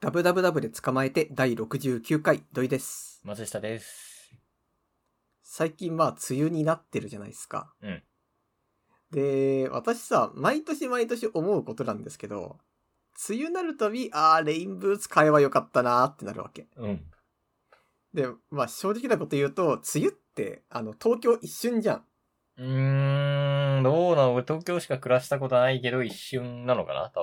ダブダブダブで捕まえて第69回土井です。松下です。最近まあ梅雨になってるじゃないですか。うんで、私さ、毎年毎年思うことなんですけど、梅雨になるたび、あーレインブーツ買えばよかったなーってなるわけ。うん。で、まあ正直なこと言うと、梅雨って、あの、東京一瞬じゃん。うーん、どうなの俺東京しか暮らしたことないけど、一瞬なのかな多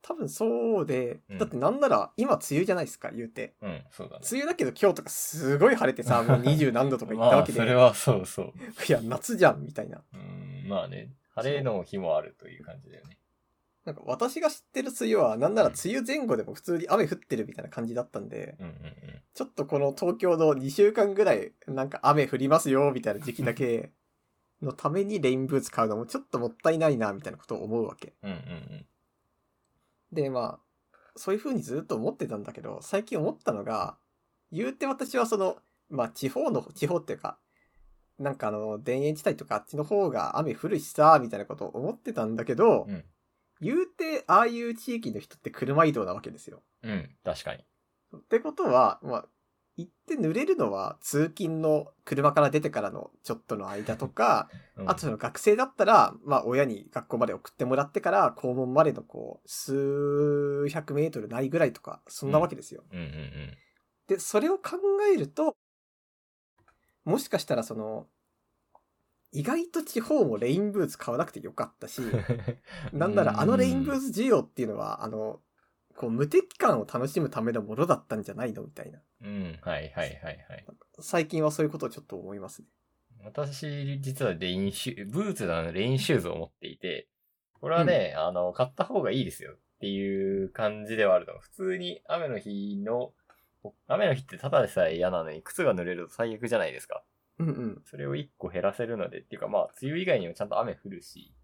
多分そうでう、んだってなんなら今梅雨じゃないですか、言うて。分。うん、そうだね。梅雨だけど今日とかすごい晴れてさ、もう20何度とか行った まわあ、けそで、れはそうそう。いや、夏じゃん、みたいな。うーん、まあね、晴れの日もあるという感じだよね。なんか私が知ってる梅雨は、なんなら梅雨前後でも普通に雨降ってるみたいな感じだったんで、うんうんちょっとこの東京の2週間ぐらい、なんか雨降りますよ、みたいな時期だけのためにレインブーツ買うのもちょっともったいないな、みたいなことを思うわけ。うん。うんうんで、まあ、そういう風にずっと思ってたんだけど、最近思ったのが、言うて私はその、まあ地方の、地方っていうか、なんかあの、田園地帯とかあっちの方が雨降るしさ、みたいなことを思ってたんだけど、うん。言うて、ああいう地域の人って車移動なわけですよ。うん。うん、確かに。ってことは、まあ、行って濡れるのは通勤の車から出てからのちょっとの間とか、 うん、あとその学生だったら、まあ親に学校まで送ってもらってから校門までのこう、数百メートルないぐらいとか、そんなわけですよ。うんうんうん。で、それを考えると、もしかしたらその、意外と地方もレインブーツ買わなくてよかった し、なんならあのレインブーツ需要っていうのは、あの、こう無敵感を楽しむためのものだったんじゃないのみたいな。うん、はいはいはいはい。最近はそういうことをちょっと思いますね。私、実はレインシュブーツのあのレインシューズを持っていて、これはね、あの、買った方がいいですよっていう感じではあるの。普通に雨の日の、雨の日ってただでさえ嫌なのに靴が濡れると最悪じゃないですか。うんうん。それを1個減らせるので、っていうかまあ、梅雨以外にもちゃんと雨降るし、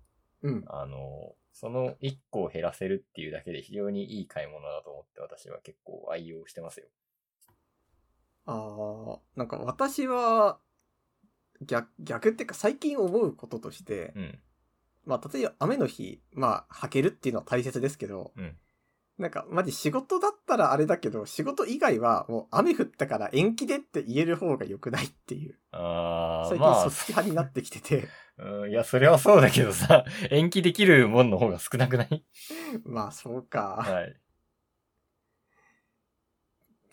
うん。あの、その1個を減らせるっていうだけで非常にいい買い物だと思って私は結構愛用してますよ。ああ、なんか私は、逆、逆っていうか最近思うこととして、うん。まあ例えば雨の日、まあ履けるっていうのは大切ですけど、うんなんかマジ仕事だったらあれだけど、仕事以外はもう雨降ったから延期でって言える方が良くないっていう、あー最近まそあっち派になってきて て、うん、いや、それはそうだけどさ、 延期できるもんの方が少なくないまあそうか。はい。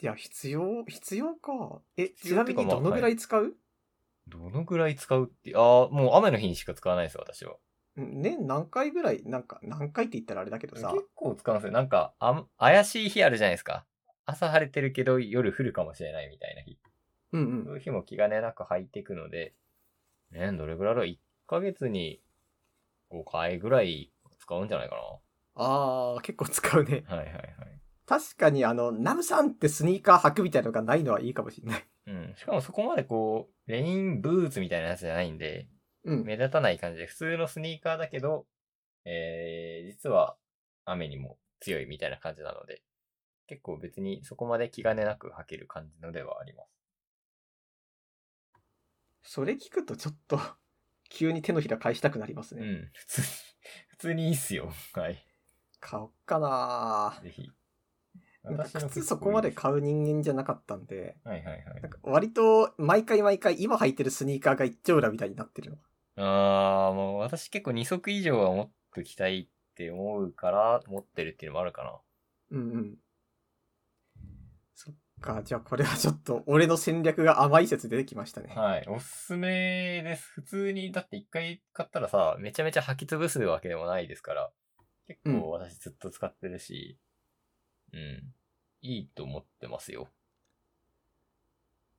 いや、必要、必要か。え、ち必な要みというかにどのぐらい使う、どのぐらい使うって、ああ、もう雨の日にしか使わないです、私は。年何回ぐらい、なんか、何回って言ったらあれだけど結さ、構使うんですよ。なんか、あん怪しい日あるじゃないですか。朝晴れてるけど夜降るかもしれないみたいな日。うんうそん。ういう日も気兼ねなく履いていくので、ね、どれぐらいだろう ?1 ヶ月に5回ぐらい使うんじゃないかあー、結構使うね。な。はいはいはい。確かにあの、ナムさんってスニーカー履くみたいのがないのはいいかもしれない。うん。しかもそこまでこう、レインブーツみたいなやつじゃないんで、うん。目立たない感じで、普通のスニーカーだけど、えー、実は雨にも強いみたいな感じなので、結構別にそこまで気兼ねなく履ける感じのではあります。それ聞くとちょっと、急に手のひら返したくなりますうね。ん、普通に、普通にいいっすよ。 はい。買おっかなぜひ。なんかの靴そこまで結買う人間じゃなかったんで、構いいですはいはいなんはい。か割と毎回毎回今履いてるスニーカーが一丁裏みたいになってるの。あー、もう私結構2足以上は持っときたいって思うから、持ってるっていうのもあるかな。うんうん。そっか、じゃあこれはちょっと俺の戦略が甘い説出てきましたね。はい。おすすめです。普通に、だって一回買ったらさ、めちゃめちゃ履き潰すわけでもないですから、結うん構私ずっと使ってるし、うん。いいと思ってますよ。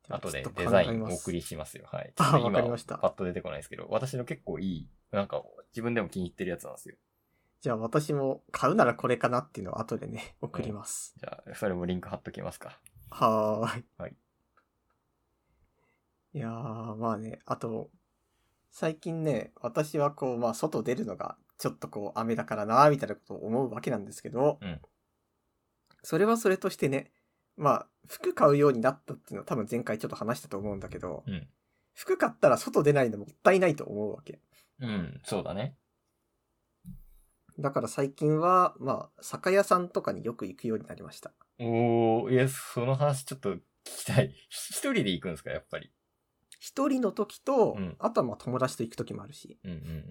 後でデザインお送り。りしますよ。はい。あちょっとわかりましたパッと出てこないですけど、私の結構いい、なんか自分でも気に入ってるやつなんですよ。じゃあ私も買うならこれかなっていうのを後で ね、送ります。じゃあ、それもリンク貼っときますか。はーい。はい。いやー、まあね、あと、最近ね、私はこう、まあ外出るのが、ちょっとこう雨だからなーみたいなことを思うわけなんですけど、うんそれはそれとしてね、まあ服買うようになったっていうのは多分前回ちょっと話したと思うんだけど、うん。服買ったら外出ないのもったいないと思うわけ。うん、そうだね。だから最近は、まあ、酒屋さんとかによく行くようになりました。おー、いや、その話ちょっと聞きたい。一人で行くんですか、やっぱり。一人の時と、うんあとはまあ友達と行く時もあるし。うんうんうん。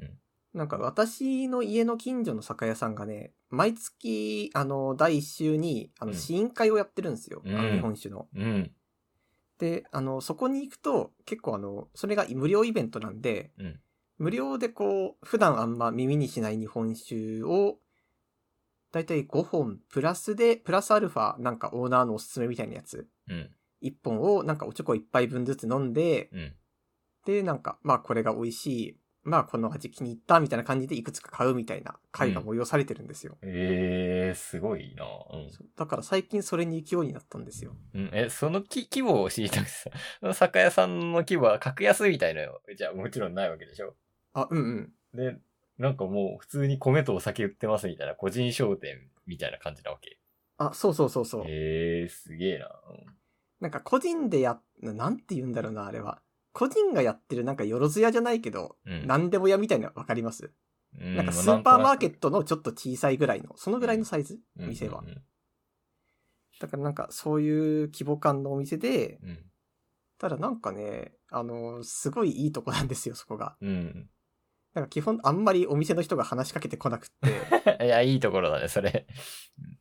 なんか私の家の近所の酒屋さんがね、毎月、あの、第1週に、あの、うん試飲会をやってるんですよ。あうのん日本酒の。うん。で、あの、そこに行くと、結構あの、それが無料イベントなんで、うん無料でこう、普段あんま耳にしない日本酒を、だいたい5本、プラスで、プラスアルファ、なんかオーナーのおすすめみたいなやつ、うん。 1本をなんかおちょこ1杯分ずつ飲んで、うん。で、なんか、まあこれが美味しい、まあこの味気に入った、みたいな感じでいくつか買うみたいな回が催されてるんですよ。えー、すごいなうんそうだから最近それに行くようになったんですよ。うん。え、そのき規模を知りたくてさ、 その酒屋さんの規模は格安みたいなのじゃあもちろんないわけでしょ。あ、うんうん。で、なんかもう普通に米とお酒売ってますみたいな個人商店みたいな感じなわけ。あ、そうそうそうそう。えー、すげえななんか個人でや、なんて言うんだろうな、あれは。個人がやってるなんかよろず屋じゃないけど、うんなんでも屋みたいなわかります、うなんかスーパーマーケットのちょっと小さいぐらいの、そのぐらいのサイズ、うん店はう。んだからなんかそういう規模感のお店で、うんただなんかね、あの、すごいいいとこなんですよ、そこが。うん。うんなんか基本あんまりお店の人が話しかけてこなくって、 いや、いいところだね、それ。うん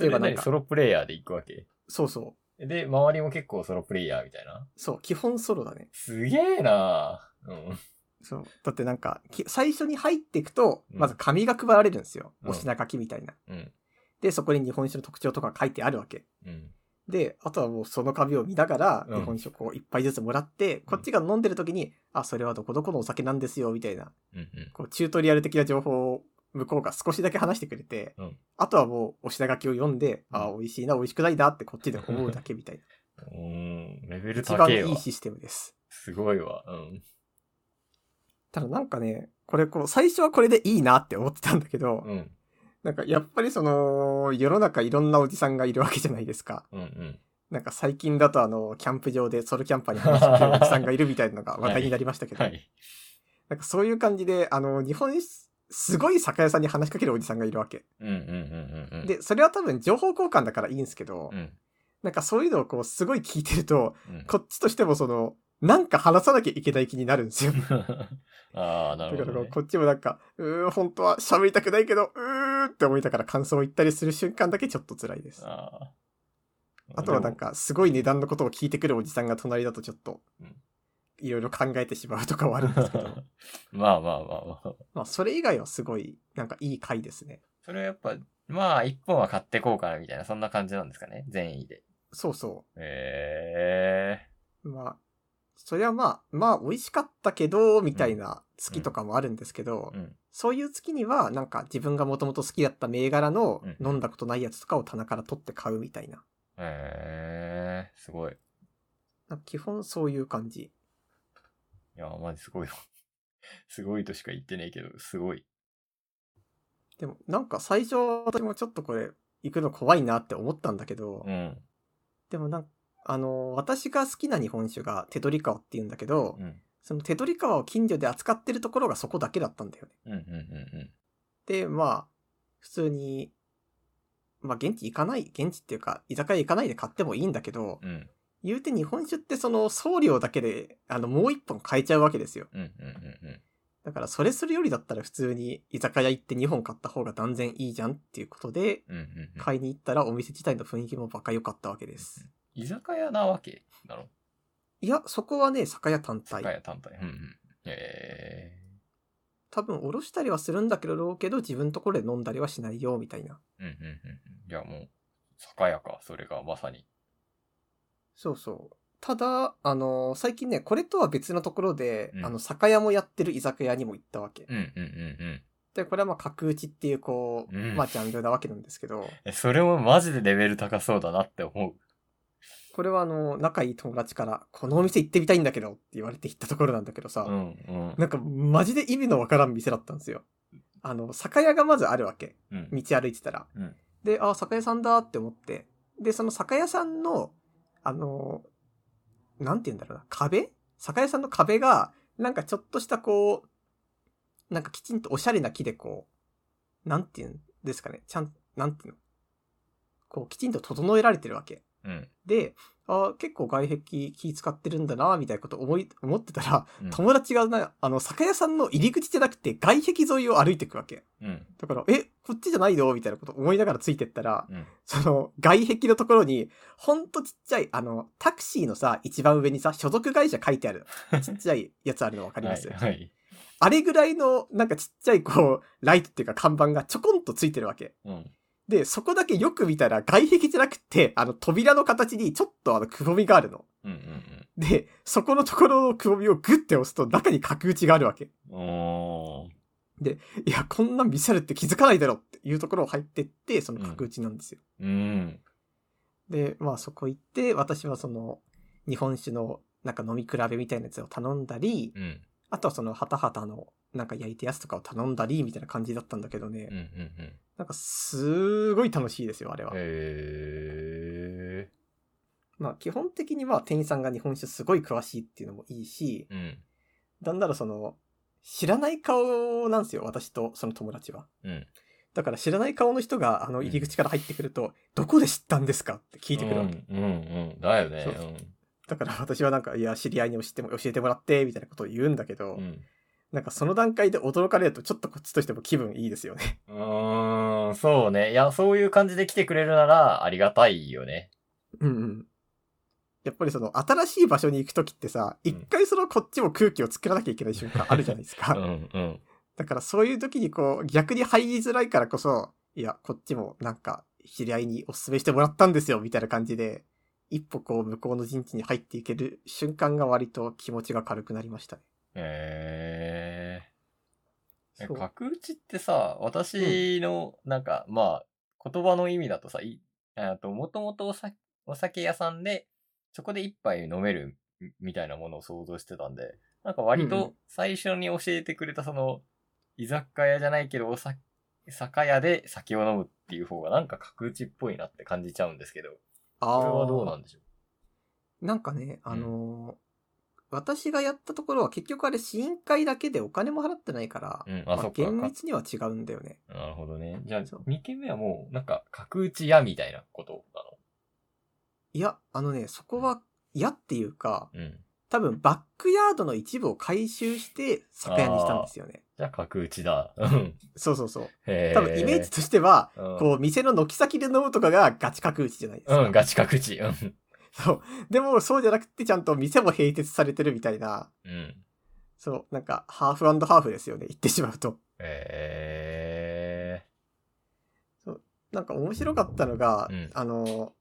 例えばなんかそれ何ソロプレイヤーで行くわけ。そうそう、で、周りも結構ソロプレイヤーみたいな。そう、基本ソロだね。すげえなうん。そう。だってなんか、き最初に入っていくと、うんまず紙が配られるんですよ。うんお品書きみたいな。うん。で、そこに日本酒の特徴とか書いてあるわけ。うん。で、あとはもうその紙を見ながら、うん日本酒をこう一杯ずつもらって、こっちが飲んでる時に、あ、それはどこどこのお酒なんですよ、みたいな、うん。こうチュートリアル的な情報を向こうが少しだけ話してくれて、うんあとはもうお品書きを読んで、あ、美味しいな、美味しくないなってこっちで思うだけみたいな。うん。うん。レベル一高番えいわい。システムです。すごいわ。うん。ただなんかね、これこう、最初はこれでいいなって思ってたんだけど、うん。なんかやっぱりその、世の中いろんなおじさんがいるわけじゃないですか。うん。うん。なんか最近だとあの、キャンプ場でソロキャンパーに話してるおじさんがいるみたいなのが話題になりましたけど、はい。なんかそういう感じで、あの、日本酒、すごい酒屋さんに話しかけるおじさんがいるわけ。うん。うん。うん。うん。うん、で、それは多分情報交換だからいいんですけど、うん。なんかそういうのをこう、すごい聞いてると、うん。こっちとしてもその、なんか話さなきゃいけない気になるんですよ。ああ、なだかるらほど、ね。こっちもなんか、うーん、本当は喋りたくないけど、うーんって思いながら感想を言ったりする瞬間だけちょっと辛いです。あーあとはなん、か、すごい値段のことを聞いてくるおじさんが隣だとちょっとうん、いろいろ考えてしまうとかはあでるんもですけ ど、まあまあまあまあ。まあ、それ以外はすごい、なんかいい回ですね。それはやっぱ、まあ、一本は買ってこうかな、みたいな、そんな感じなんですかね。善意で。そうそええう。まあ、そりゃまあ、まあ、美味しかったけど、みたいな月とかもあるんですけど、うん。そういう月には、なんか自分がもともと好きだった銘柄のうん飲んだことないやつとかを棚から取って買うみたいな。ええすごい。いなんか基本そういう感じ。や、マジすごいわ。すごいとしか言ってないけど、すごい。でも、なんか最初、私もちょっとこれ、行くの怖いなって思ったんだけど、うん。でもなんあの、私が好きな日本酒が手取川っていうんだけど、うん。その手取川を近所で扱ってるところがそこだけだったんだよね。うん、うん、うん、で、まあ、普通に、まあ現地行かない、現地っていうか、居酒屋行かないで買ってもいいんだけど、うん。うん、言うて日本酒ってその送料だけで、あの、もう一本買えちゃうわけですよ。うん、うん、うん。だからそれするよりだったら普通に居酒屋行って2本買った方が断然いいじゃんっていうことで、うん、うん。買いに行ったらお店自体の雰囲気もバカ良かったわけです。居酒屋なわけなのいや、そこはね、酒屋単体酒。屋単体。うん、うん。え多分おろしたりはするんだけどろうけど自分のところで飲んだりはしないよみたいなえうん、うん、うん。じゃあもう、酒屋か、それがまさに。そうそうただあのー最近ねこれとは別のところで、うんあの酒屋もやってる居酒屋にも行ったわけ、うん、うん、うん、うん。でこれはまあ角打ちっていうこう、うんまあジャンルなわけなんですけどえ、それもマジでレベル高そうだなって思う。これはあの仲いい友達から「このお店行ってみたいんだけど」って言われて行ったところなんだけどさ、うん、うん。なんかマジで意味のわからん店だったんですよあの酒屋がまずあるわけうん道歩いてたら、うんであ酒屋さんだって思ってでその酒屋さんのあのーなんて言うんだろうな壁酒屋さんの壁がなんかちょっとしたこうなんかきちんとおしゃれな木でこうなんていうんですかね、ちゃん、なんていうの、こう、きちんと整えられてるわけ。うん。で、あー結構外壁気使ってるんだな、みたいなこと思い、思ってたら、うん友達がな、あの、酒屋さんの入り口じゃなくて外壁沿いを歩いていくわけ。うん。だから、え、こっちじゃないのみたいなこと思いながらついてったら、うん。その、外壁のところに、ほんとちっちゃい、あの、タクシーのさ、一番上にさ、所属会社書いてある、ちっちゃいやつあるのわかります、はい。はい。あれぐらいの、なんかちっちゃい、こう、ライトっていうか看板がちょこんとついてるわけ。うん。で、そこだけよく見たら、外壁じゃなくて、あの、扉の形にちょっとあの、くぼみがあるの。うんうんで、そこのところのくぼみをグッて押すと、中に角打ちがあるわけ。うん。おー。いや、こんなん見せるって気づかないだろっていうところを入ってって、その角打ちなんですよ。うん。で、まあそこ行って、私はその、日本酒の、なんか飲み比べみたいなやつを頼んだり、うん。あとはその、ハタハタの、なんか焼いたやつとかを頼んだり、みたいな感じだったんだけどね、うんうんうん。なんかすごい楽しいですよ、あれは。へまあ基本的には店員さんが日本酒すごい詳しいっていうのもいいしー。、うん。なんならその、知らない顔なんですよ、私とその友達は。うん。だから知らない顔の人が、あの、入り口から入ってくると、どこで知ったんですかって聞いてくるわけ。うんうんうん。だよね。そうだから私はなんか、いや、知り合いに教えても、教えてもらって、みたいなことを言うんだけど、うん。うん。なんかその段階で驚かれると、ちょっとこっちとしても気分いいですよね。うーん、そうね。いや、そういう感じで来てくれるならありがたいよね。うんうん。やっぱりその、新しい場所に行くときってさ、うん一回そのこっちも空気を作らなきゃいけない瞬間 あるじゃないですうか。んうん。だからそういう時にこう、逆に入りづらいからこそ、いや、こっちもなんか、知り合いにお勧めしてもらったんですよ、みたいな感じで、一歩こう、向こうの陣地に入っていける瞬間が割と気持ちが軽くなりましたね。へえー。そう角打ちってさ、私の、なんか、まあ、言葉の意味だとさ、い、あと、もともとお酒お酒屋さんで、そこで一杯飲めるみみたいなものを想像してたんで、なんか割うんうと最初に教えてくれたその、居酒屋じゃないけど、お酒、酒屋で酒を飲むっていう方がなんか角打ちっぽいなって感じちゃうんですけど、あこれはどうなんでしょなんかね、あのー私がやったところは結局あれ試飲会だけでお金も払ってないから、ううん、まあ、あそっか。厳密には違うんだよね。なるほどね。じゃあ、そう2軒目はもう、なんか、角打ち屋みたいなこといや、あのね、そこは嫌っていうか、なのうん。多分バックヤードの一部を回収して酒屋にしたんですよね。じゃあ、角打ちだ。 うん。そうそうそう。へー多分イメージ、としては、うん、こう店の軒先で飲むとかがガチ角打ちじゃないですか。うん、ガチ角打ち。うん。そう。でもそうじゃなくてちゃんと店も併設されてるみたいな、うん。そう、なんかハーフハーフですよね、言ってしまうと。えなんか面白かったのが、うんあの、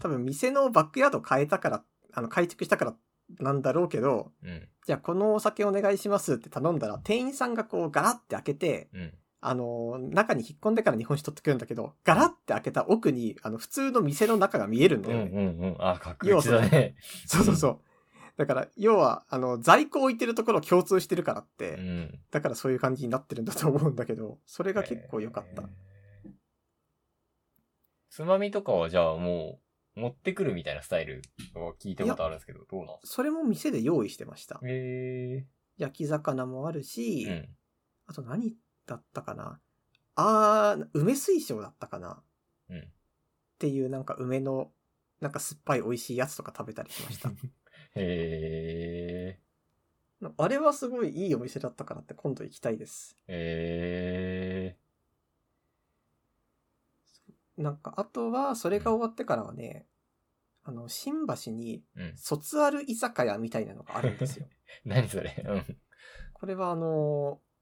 多分店のバックヤード変えたから、あの、改築したからなんだろうけど、ー。うん。じゃあこのお酒お願いしますって頼んだら、店員さんがこうガラって開けて、うん。あの、中に引っ込んでから日本酒取ってくるんだけど、ガラって開けた奥に、あの、普通の店の中が見えるんうだんよね。うんうん。あ、角打ちだね。そうそうそう。だから、要は、あの、在庫置いてるところ共通してるからっうて、ん。だからそういう感じになってるんだと思うんだけど、それが結構良かったへー。。つまみとかは、じゃあもう、持ってくるみたいなスタイルを聞いたことあるんですけど、どうなんですそれも店で用意してましたか。へ焼き魚もあるし、ー。うん。あと何だったかなあー、梅水晶だったかなうんっていうなんか梅の、なんか酸っぱい美味しいやつとか食べたりしま した。へー。あれはすごいいいお店だったからって今度行きたいです。えなんか、あとは、それが終わってからはね、あの、新橋に、えうん。卒アル居酒屋みたいなのがあるん ですよ。何それうん。これはあのー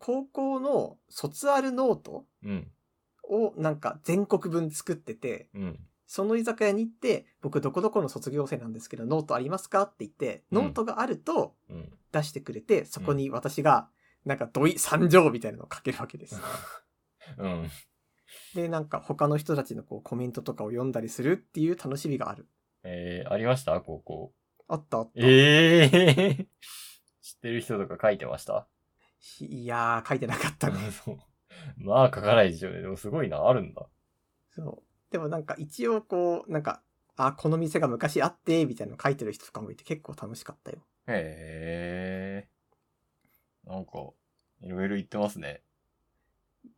高校の卒アルノートうん。をなんか全国分作ってて、うん。その居酒屋に行って、僕どこどこの卒業生なんですけど、ノートありますかって言って、うんノートがあるとうん。出してくれて、そこに私が、なんか土井三条みたいなのをかけるわけです。うん。で、なんか他の人たちのこうコメントとかを読んだりするっていう楽しみがある。えー、ありました高校。あったあった。ええー、知ってる人とか書いてましたいやー、書いてなかったね。そう。 まあ書かないでしょうね。でもすごいな、あるんだ。そう。でもなんか一応こう、なんか、あ、この店が昔あって、みたいなの書いてる人とかもいて結構楽しかったよ。へえー。なんか、いろいろ言ってますね。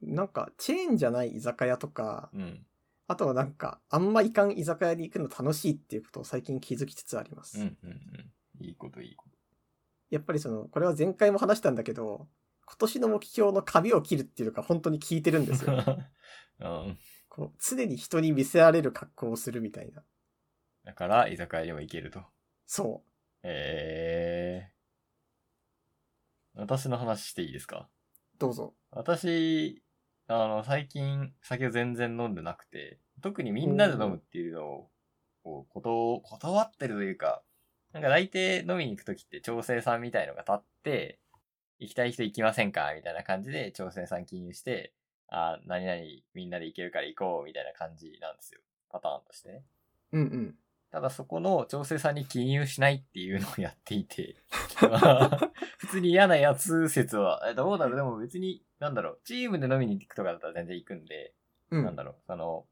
なんか、チェーンじゃない居酒屋とか、うん。あとはなんか、あんまいかん居酒屋に行くの楽しいっていうことを最近気づきつつありまうす。んうんうん。いいこといいこやっぱりその、これは前回も話したんだけど、今年の目標の髪を切るっていうのが本当に効いてるんです と。よ。うん。こう常に人に見せられる格好をするみたいな。だから、居酒屋にも行けると。そえー。私の話していいですかう、どうぞ。私、あの、最近、酒を全然飲んでなくて、特にみんなで飲むっていうのを、こう、ことを、断ってるというか、なんか大抵飲みに行くときって調整さんみたいのが立って、行きたい人行きませんかみたいな感じで調整さん記入して、あ、何々みんなで行けるから行こうみたいな感じなんですよ。パターンとしてね。うんうん。ただそこの調整さんに記入しないっていうのをやってい て、普通に嫌なやつ説は、えどうだろうでも別に、なんだろう、チームで飲みに行くとかだったら全然行くんで、うん。なんだろう、その、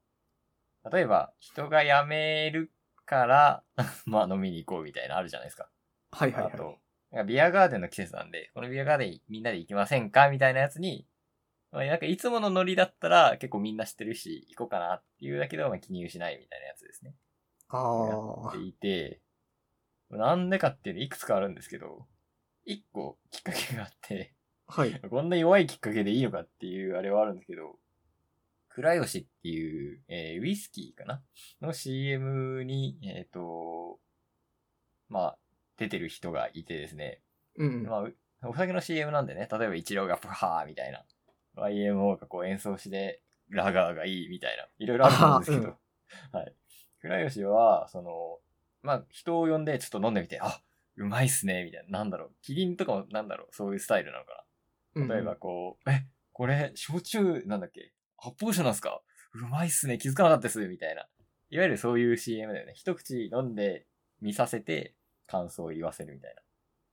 例えば人が辞めるから、 まあ飲みに行こうみたいなのあるじゃないですか。はいはいあはいと。、なんかビアガーデンの季節なんで、このビアガーデンみんなで行きませんかみたいなやつに、まあなんかいつものノリだったら結構みんな知ってるし、行こうかなっていうだけでもまあ記入しないみたいなやつですね。ああっていて、なんでかっていうのいくつかあるんですけど、一個きっかけがあって、ー。はい。こんな弱いきっかけでいいのかっていうあれはあるんですけど、倉吉っていう、えーウイスキーかなの CM に、えっ、と、まあ、出てる人がいてですね、うんうん。まあう、お酒の CM なんでね、例えば一郎がプハーみたいな、YMO がこう演奏しで、ラガーがいいみたいな、いろいろあると思うんですけど、 はい。倉吉は、その、まあ、人を呼んでちょっと飲んでみて、あ、うまいっすね、みたいな、なんだろう、キリンとかもなんだろう、そういうスタイルなのかうんうんな。例えばこう、え、これ、焼酎なんだっけ発泡酒なんすかうまいっすね、気づかなかったっす、みたいな。いわゆるそういう CM だよね。一口飲んで見させて、感想を言わせるみたいな。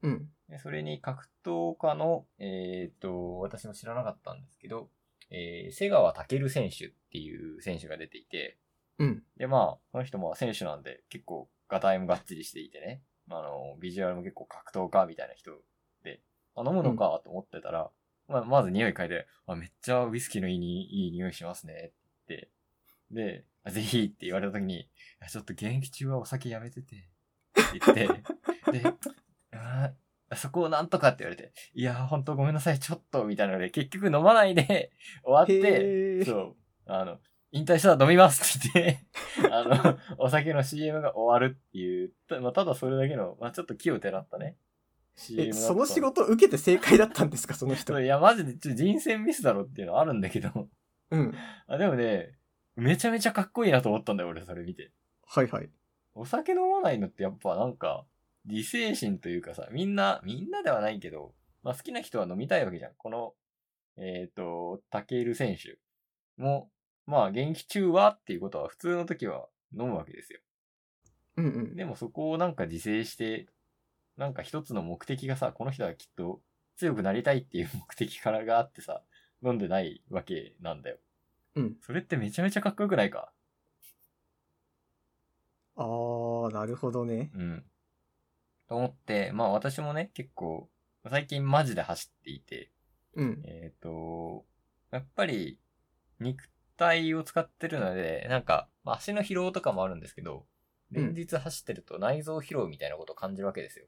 うん。でそれに格闘家の、えっ、と、私も知らなかったんですけど、えー瀬川健選手っていう選手が出ていて、うん。で、まあ、この人も選手なんで結構ガタイもがっちりしていてね、あの、ビジュアルも結構格闘家みたいな人で、あ、飲むのかと思ってたら、まあ、まず匂い嗅いで、あ、めっちゃウイスキーのいいにいい匂いしますねって言って、で、あぜひって言われた時に、あちょっと現役中はお酒やめてて、って言って、で、 あーそこをなんとかって言われて、いやー、ほんとごめんなさい、ちょっと、みたいなので、結局飲まないで 終わって、へーそう、あの、引退したら飲みますって言って、あ の、お酒の CM が終わるっていう、たまあ、ただそれだけの、まあ、ちょっと気をてらったね。CM だえ、ったその仕事受けて正解だったんですか、そ の人そう。いや、マジでちょ人選ミスだろっていうのはあるんだけど、うん。あ、でもね、めちゃめちゃかっこいいなと思ったんだよ、俺、それ見て。はいはい。お酒飲まないのってやっぱなんか、自制心というかさ、みんな、みんなではないけど、まあ好きな人は飲みたいわけじゃん。この、えっ、と、タケル選手も、まあ現役中はっていうことは普通の時は飲むわけですよ。うんうん。でもそこをなんか自制して、なんか一つの目的がさ、この人はきっと強くなりたいっていう目的からがあってさ、飲んでないわけなんだよ。うん。それってめちゃめちゃかっこよくないかあー、なるほどね。うん。と思って、まあ私もね、結構、最近マジで走っていて、うん。えっ、と、やっぱり、肉体を使ってるので、なんか、まあ、足の疲労とかもあるんですけど、連日走ってると内臓疲労みたいなことを感じるわけですよ。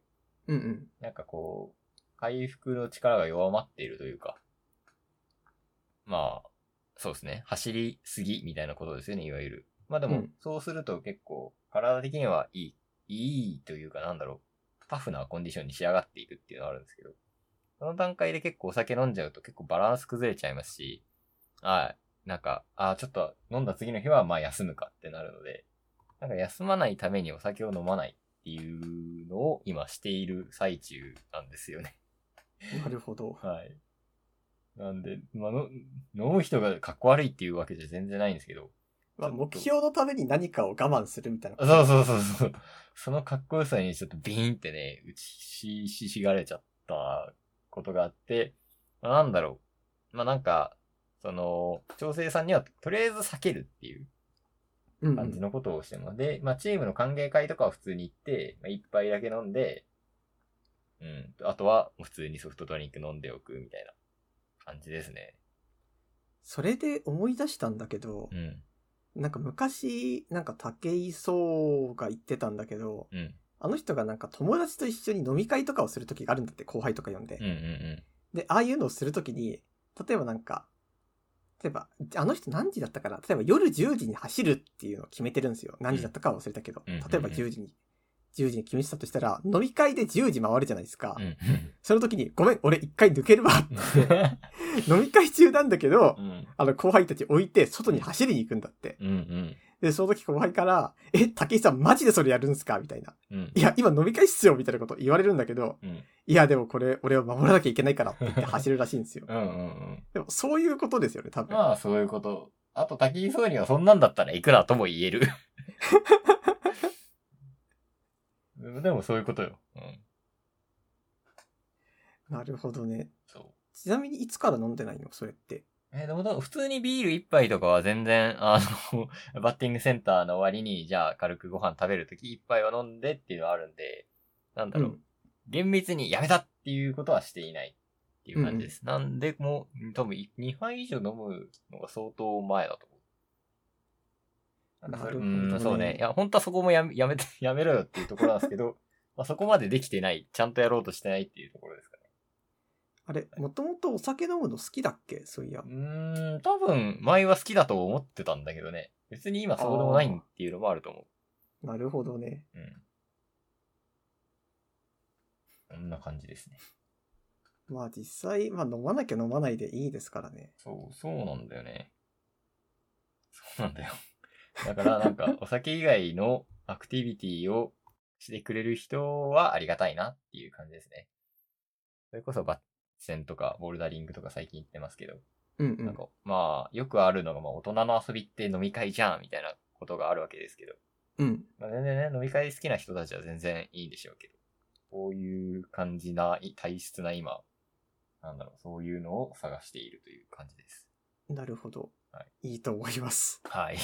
うんうん。なんかこう、回復の力が弱まっているというか、まあ、そうですね。走りすぎみたいなことですよね、いわゆる。まあでうもん、そうすると結構、体的にはいい、いいというかなんだろう、タフなコンディションに仕上がっているっていうのはあるんですけど、その段階で結構お酒飲んじゃうと結構バランス崩れちゃいますし、はい。なんか、ああ、ちょっと飲んだ次の日はまあ休むかってなるので、なんか休まないためにお酒を飲まないっていうのを今している最中なんですよね。なるほど。はい。なんで、まあ、の飲む人がかっこ悪いっていうわけじゃ全然ないんですけど。まあ、ちょっ目と標のために何かを我慢するみたいな。そうそうそうそう。そのかっこよさにちょっとビーンってね、打ちひししがれちゃったことがあって、まあ、なんだろう。まあなんか、その、調整さんにはとりあえず避けるっていううんうん感じのことをしてます。で、まあ、チームの歓迎会とかは普通に行って、まあ、一杯だけ飲んで、うん、あとは普通にソフトドリンク飲んでおくみたいな感じですね。それで思い出したんだけどう、ん。なんか昔、なんか武井壮が言ってたんだけど、うん。あの人がなんか友達と一緒に飲み会とかをする時があるんだって、後輩とか呼んでうん。うんで、ああいうのをするときに、例えばなんか、例えば、あの人何時だったかな例えば夜10時に走るっていうのを決めてるんですよ。何時だったかは忘れたけど。うんうんうん例えば10時に、10時に決めてたとしたら、飲み会で10時回るじゃないですか。うん。うん。その時に、ごめん、俺一回抜けるわ。飲み会中なんだけど、うん。あの後輩たち置いて外に走りに行くんだって。うん。うん。で、その時後輩から、え、武井さんマジでそれやるんすかみたいな。うんい。や、今飲み会っすよみたいなこと言われるんだけど、うん。いや、でもこれ俺を守らなきゃいけないからって言って 走るらしいんですよ。うん。うん。でも、そういうことですよね、多分。まあ、そういうこと。あと、滝井総理はそんなんだったらいくらとも言 える。でも、そういうことよ。うん。なるほどね。そう。ちなみに、いつから飲んでないのそれって。えーでもだ、普通にビール一杯とかは全然、あの、 バッティングセンターの割に、じゃあ軽くご飯食べるとき一杯は飲んでっていうのはあるんで、なんだろう、うん厳密にやめたっていうことはしていないっていう感じです。なんで、もう、多分2杯以上飲むのが相当前だと思う。んかそなるほれどねうん、そうね。いや、本当はそこもやめやめて、やめろよっていうところなんですけど、まあそこまでできてない、ちゃんとやろうとしてないっていうところですかね。あれ、もともとお酒飲むの好きだっけそういやう。ーん、多分、前は好きだと思ってたんだけどね。別に今そうでもないっていうのもあると思なるほどね。う。うん。こんな感じですね。まあ実際、まあ飲まなきゃ飲まないでいいですからね。そう、そうなんだよね。そうなんだよ。だからなんか、お酒以外のアクティビティをしてくれる人はありがたいなっていう感じですね。それこそバッセンとかボルダリングとか最近行ってますけど、うんうなんん。か、まあ、よくあるのが、まあ、大人の遊びって飲み会じゃんみたいなことがあるわけですけど、うん。まあ、全然ね、飲み会好きな人たちは全然いいんでしょうけど、こういう感じな、い体質な今、なんだろう、そういうのを探しているという感じです。なるほどはい。いいと思います。はい。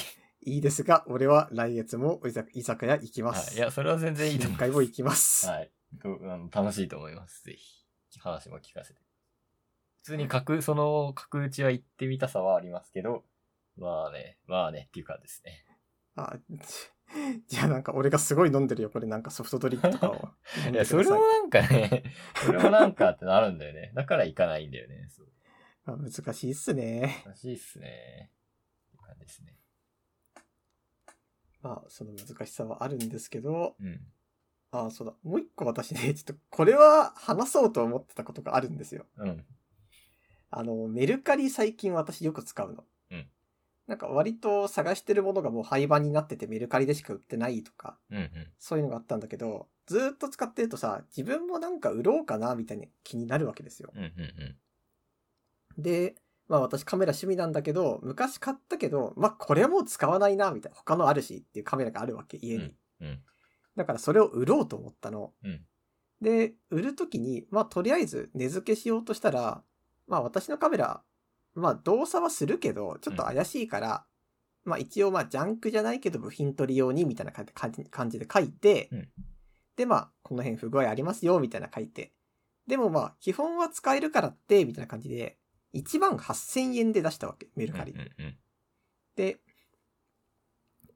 いいですが、俺は来月も居酒居酒屋行きまはい、す。いや、それは全然いいと今思います。回も行きます。はい。とあの楽しいと思います。ぜひ。話も聞かせて。普通に格、その格打ちは行ってみたさはありますけど、まあね、まあねっていう感じですね。あ、じ ゃあなんか俺がすごい飲んでるよ。これなんかソフトドリンクとか を飲んでくいだや、さそい。れもなんかね、 それもなんかってなるんだよね。だから行かないんだよね。そう。まあ難しいっすね。らしいっすね。って感じですね。まあ、その難しさはあるんですけど、うん。ああ、そうだ。もう一個私ね、 ちょっとこれは話そうと思ってたことがあるんですよ。うん。あの、メルカリ最近私よく使うの。うんなんか割と探してるものがもう廃盤になっててメルカリでしか売ってないとか、うんうん。そういうのがあったんだけど、ずーっと使ってるとさ、自分もなんか売ろうかな、みたいに気になるわけですよ。うんうんで、まあ私カメラ趣味なんだけど、昔買ったけど、まあこれはもう使わないな、みたいな。他のあるしっていうカメラがあるわけ、家に。うん。うん。だからそれを売ろうと思ったの。うんで、売るときに、まあとりあえず値付けしようとしたら、まあ私のカメラ、まあ動作はするけど、ちょっと怪しいから、まあ一応まあジャンクじゃないけど部品取り用にみたいな感じ感じ感じで書いて、うんでまあこの辺不具合ありますよみたいな書いて、でもまあ基本は使えるからって、みたいな感じで、1万8000円で出したわけ、メルカリ。うんうんで、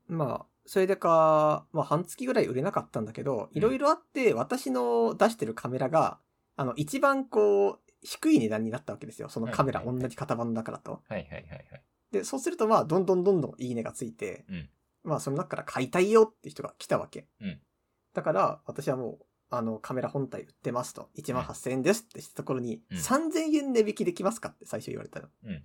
まあ、それでか、まあ、半月ぐらい売れなかったんだけど、うんいろいろあって、私の出してるカメラが、あの、一番こう、低い値段になったわけですよ。そのカメラ、はいは同いはいじ型番だからと。はいはいはいはい。で、そうすると、まあ、どんどんどんどんいいねがついて、うんまあ、その中から買いたいよって人が来たわけ。うんだから、私はもう、あの、カメラ本体売ってますと、1万8000円ですってしたところに、うん3000円値引きできますかって最初言われたの。うんうん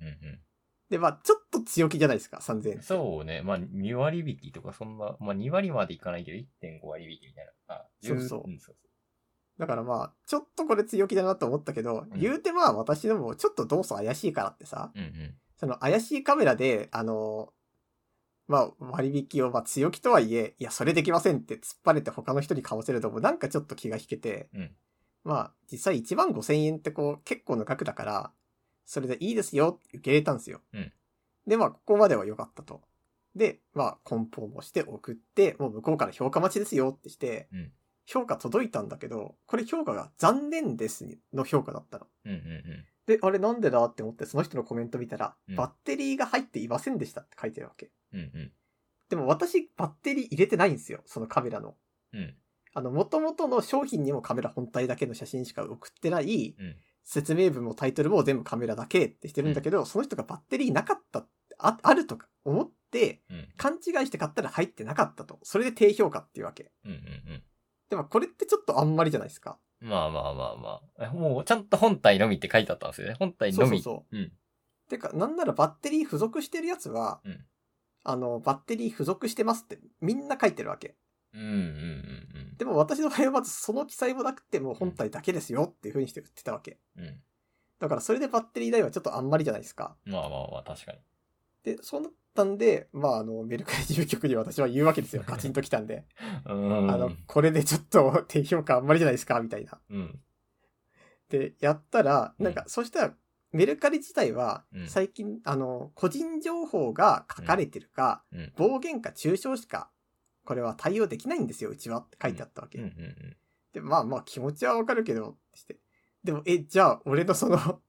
で、まあ、ちょっと強気じゃないですか、3000円っうん。て。そうね。まあ、2割引きとか、そんな、まあ、2割までいかないけど、1.5割引きみたいな。あ、そうそう10んそうそうだからまあ、ちょっとこれ強気だなと思ったけど、うん言うてまあ私でもちょっと動作怪しいからってさ、うんうん。その怪しいカメラで、あの、まあ割引をまあ強気とはいえ、いやそれできませんって突っ張れて他の人に買わせるともなんかちょっと気が引けて、うんまあ実際1万5千円ってこう結構の額だから、それでいいですよって受け入れたんですよ。うんでまあここまでは良かったと。で、まあ梱包もして送って、もう向こうから評価待ちですよってして、うん評価届いたんだけど、これ評価が残念ですの評価だったの。うんうんうん。で、あれなんでだって思ってその人のコメント見たら、うんバッテリーが入っていませんでしたって書いてあるわけ。うんでも私、バッテリー入れてないんですよ、そのカメラの。うん。うん。あの、元々の商品にもカメラ本体だけの写真しか送ってない、うん。説明文もタイトルも全部カメラだけってしてるんだけど、その人がバッテリーなかった、ああるとか思って、うん。勘違いして買ったら入ってなかったと。それで低評価っていうわけ。うん。うん。でもこれってちょっとあんまりじゃないですか。うん。まあまあまあまあえ。もう、ちゃんと本体のみって書いてあったんですよね。本体そのうそうみ。そう。うん。てか、なんならバッテリー付属してるやつは、うんあの、バッテリー付属してますってみんな書いてるわけ。うんうんうんでも私の場合はまずその記載もなくてもう本体だけですよっていう風にして売ってたわけ。うん。うだからそれでバッテリー代はちょっとあんまりじゃないですか。ん。まあまあまあ、確かに。でで、そうなったんで、まあ、あの、メルカリ事務局に私は言うわけですよ。カチンときたんで。うあん。の、これでちょっと 低評価あんまりじゃないですか、みたいな。うん。で、やったら、うんなんか、そしたら、メルカリ自体はう、ん最近、あの、個人情報が書かれてるか、うん。暴言か中傷しか、これは対応できないんですよ、うちはって書いてあったわうけ。ん。うん。で、まあまあ気持ちはわかるけど、して。でも、え、じゃあ、俺のその、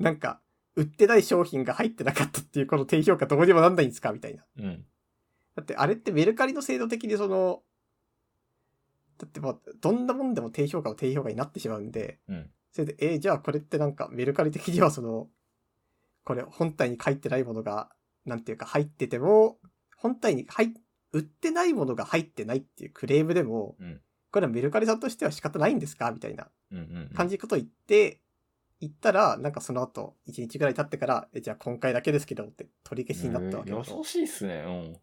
なんか、売ってない商品が入ってなかったっていうこの低評価どうにもなんないんですかみたいな。うん。うん。だって、あれってメルカリの制度的にその、だってまあ、どんなもんでも低評価は低評価になってしまうんで、うんそれで、えーじゃあこれってなんかメルカリ的にはその、これ本体に書いてないものが、なんていうか入ってても、本体に入っ、売ってないものが入ってないっていうクレームでも、うんこれはメルカリさんとしては仕方ないんですかみたいなうんうん。感じることを言って、言ったら、なんかその後、1日ぐらい経ってから、えじゃあ今回だけですけどって取り消しになったわけうんだ優としいっすね。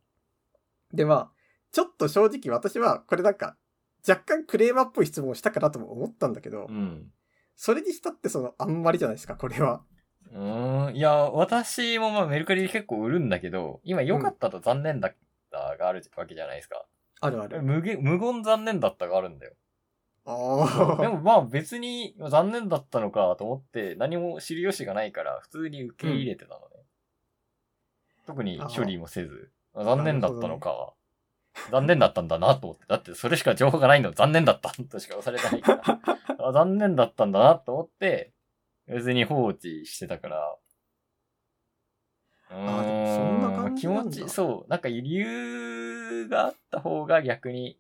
で、まあ、ちょっと正直私は、これなんか、若干クレーマーっぽい質問をしたかなとも思ったんだけど、うん。うん。それにしたってその、あんまりじゃないですか、これは。うーん。いや、私もまあメルカリで結構売るんだけど、今良かったと残念だったがあるわけじゃないですか。あるある。無限無言残念だったがあるんだよ。おでー。もまあ別に残念だったのかと思って何も知る由がないから普通に受け入れてたのね。特に処理もせず、あ残念だったのか、 残念だったんだなと思って。だってそれしか情報がないの残念だったとしか押されてないから。あ残念だったんだなと思って、別に放置してたから。うあでもそんなーん感じ気なんだ持ち、そう。なんか理由があった方が逆に、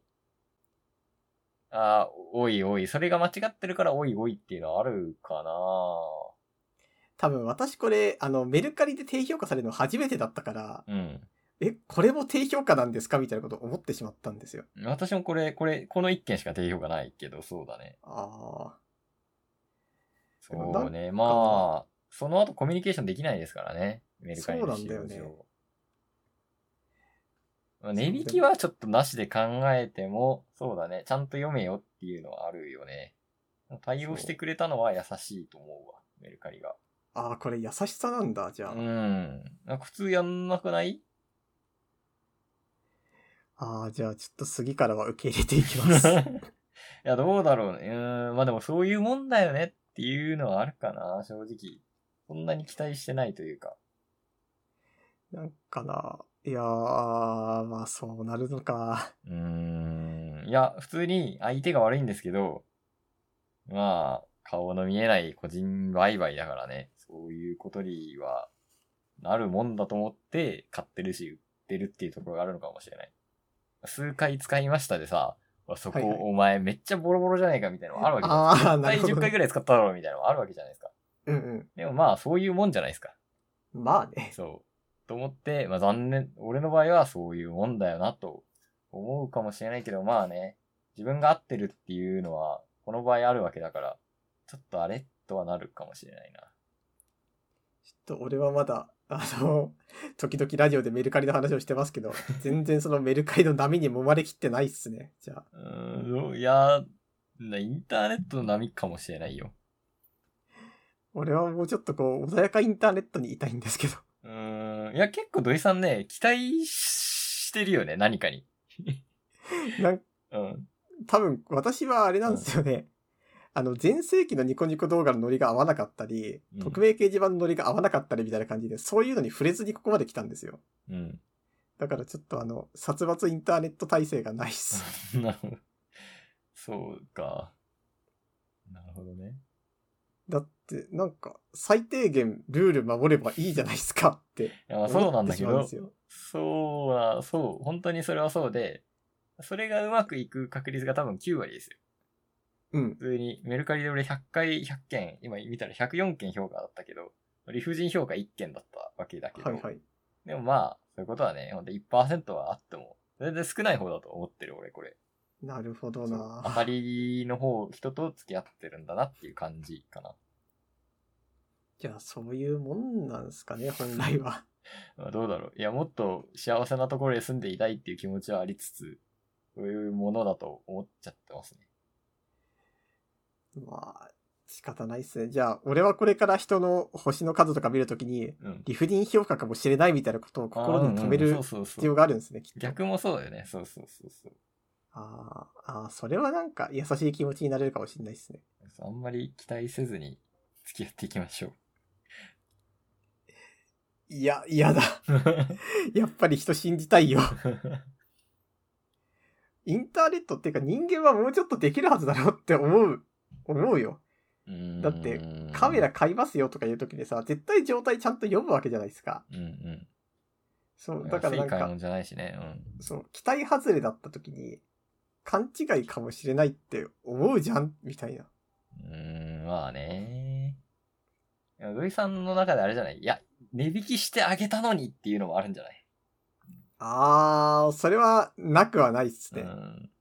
ああ、おいおい、それが間違ってるからおいおいっていうのはあるかな多分私これ、あの、メルカリで低評価されるの初めてだったから、うん。え、これも低評価なんですかみたいなことを思ってしまったんですよ。私もこれ、これ、この一件しか定評がないけど、そうだね。あでもそうね。まあ、その後コミュニケーションできないですからね。メルカリのそう使なんだよね用上。まあ値引きはちょっとなしで考えても、そうだね。ちゃんと読めよっていうのはあるよね。対応してくれたのは優しいと思うわ、メルカリが。あ。ああ、これ優しさなんだ、じゃあ。うん。なんか普通やんな くないああ、じゃあちょっと次からは受け入れていきい ます。や、どうだろうね。うん。まあでもそういうもんだよねっていうのはあるかな、正直。そんなに期待してないというか。なんかな。いやー、まあそうなるのか。うーん。いや、普通に相手が悪いんですけど、まあ、顔の見えない個人売買だからね、そういうことにはなるもんだと思って買ってるし、売ってるっていうところがあるのかもしれない。数回使いましたでさ、そこ、はいはいお前めっちゃボロボロじゃないかみたいなのあるわけじゃないああ、ですなか。る絶ほ対ど10回ね。ぐらい使っただろうみたいなのあるわけじゃないですか。うんうん。でもまあ、そういうもんじゃないですか。まあね。そう。と思って、まあ残念、俺の場合はそういうもんだよなと思うかもしれないけど、まあね、自分が合ってるっていうのは、この場合あるわけだから、ちょっとあれとはなるかもしれないな。ちょっと俺はまだ、あの、時々ラジオでメルカリの話をしてます けど、全然そのメルカリの波に揉まれきってないっすね。じゃあ。うーんどう、いやー、インターネットの波かもしれないよ。俺はもうちょっとこう、穏やかインターネットにいたいんですけど。うーん、いや結構土井さんね、期待してるよね、何か に。なんうん。多分、私はあれなんですよね。あの、前世紀のニコニコ動画のノリが合わなかったり、うん匿名掲示板のノリが合わなかったりみたいな感じで、そういうのに触れずにここまで来たんですよ。うん。 だからちょっとあの、殺伐インターネット体制がないっす。なるほど。そうか。なるほどね。だって、なんか、最低限ルール守ればいいじゃないですかっていやま思あってしまうんですよ。そうなんだけど、そうな、そう、本当にそれはそうで、それがうまくいく確率が多分9割ですよ。うん。普通にメルカリで俺100回、100件、今見たら104件評価だったけど、理不尽評価1件だったわけだけど、はいはい。でもまあ、そういうことはね、ほんと1%はあっても、全然少ない方だと思ってる俺これ。なるほどそう当なたりの方、人と付き合ってるんだなっていう感じかな。じゃあ、そういうもんなんですかね、 本来は。まあどうだろう。いや、もっと幸せなところで住んでいたいっていう気持ちはありつつ、そういうものだと思っちゃってますね。まあ、仕方ないっすね。じゃあ、俺はこれから人の星の数とか見るときに、うん。理不尽評価かもしれないみたいなことを心に留めあーうんるうんそうそう必要そう。があるんですね、きっと。逆もそうだよね。そうそうそうそう。あーあー、それはなんか優しい気持ちになれるかもしれないですね。あんまり期待せずに付き合っていきましょう。いや、嫌だ。 やっぱり人信じたいよ。インターネットっていうか人間はもうちょっとできるはずだろうって思う、思うよ。だってカメラ、買いますよとか言うときでさ、絶対状態ちゃんと読むわけじゃないですか。うんうん。そう、だだかかららななんんか。か、じゃないしね。そう、期待外れだったときに、勘違いかもしれないって思うじゃんみたいな。うん。うーん、まあね。いや土井さんの中であれじゃないいや、値引きしてあげたのにっていうのもあるんじゃないあー、それはなくはないっすね。うん。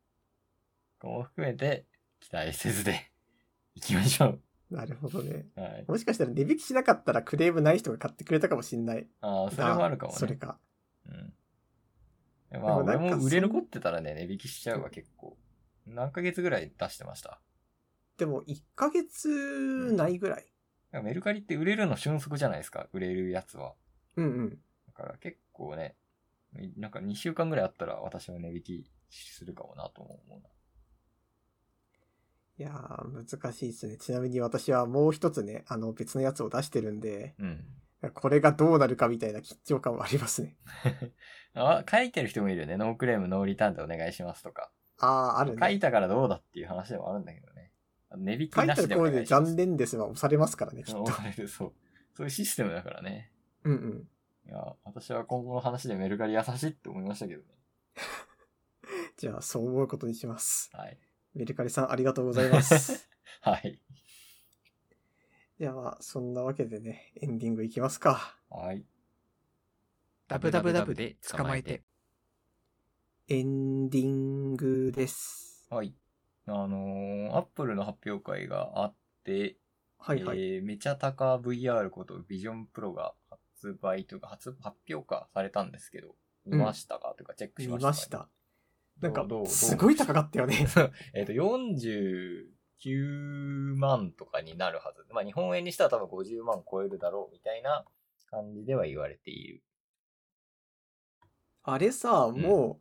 ここも含めて、期待せずで、 いきましょなるほどね。う。はい。もしかしたら値引きしなかったらクレームない人が買ってくれたかもしんない。ああ、それもあるかもそれね。か。うん。まであ、もな俺んかも売れそん残ってたらね、値引きしちゃうわ、結構。何ヶ月ぐらい出してました。でも、1ヶ月ないぐらい。なんかメルカリって売れるの瞬足じゃないですか、売れるやつは。うんうん。だから結構ね、なんか2週間ぐらいあったら私は値引きするかもなとも思うな。いやー、難しいですね。ちなみに私はもう一つね、あの、別のやつを出してるんで、うん。これがどうなるかみたいな緊張感はありますね。あ、書いてる人もいるよね。ノークレーム、ノーリターンでお願いしますとか。あー、ある書いね。たからどうだっていう話でもあるんだけどね。値引き書いなたとしでこおろ願でいします。残念ですは押されますからね、きっと思。われる、そう。そういうシステムだからね。うんうん。いや、私は今後の話でメルカリ優しいって思いましたけどね。じゃあ、そう思うことにします。はい。メルカリさん、ありがとうございます。 はい。じゃあまあ、そんなわけでね、エンディングいきますか。はい。ダブダブダブで捕まえて。エンディングです。はい。あのー、アップルの発表会があって、はいはい。えーめちゃ高 VR ことビジョンプロが発売というか、発、発表かされたんですけど、見ましたか、というか、チェックし見ましたました。なんかどうどう、すごい高かったよ ね。えっと、49万とかになるはず。まあ、日本円にしたら多分50万超えるだろう、みたいな感じでは言われている。あれさ、んもう、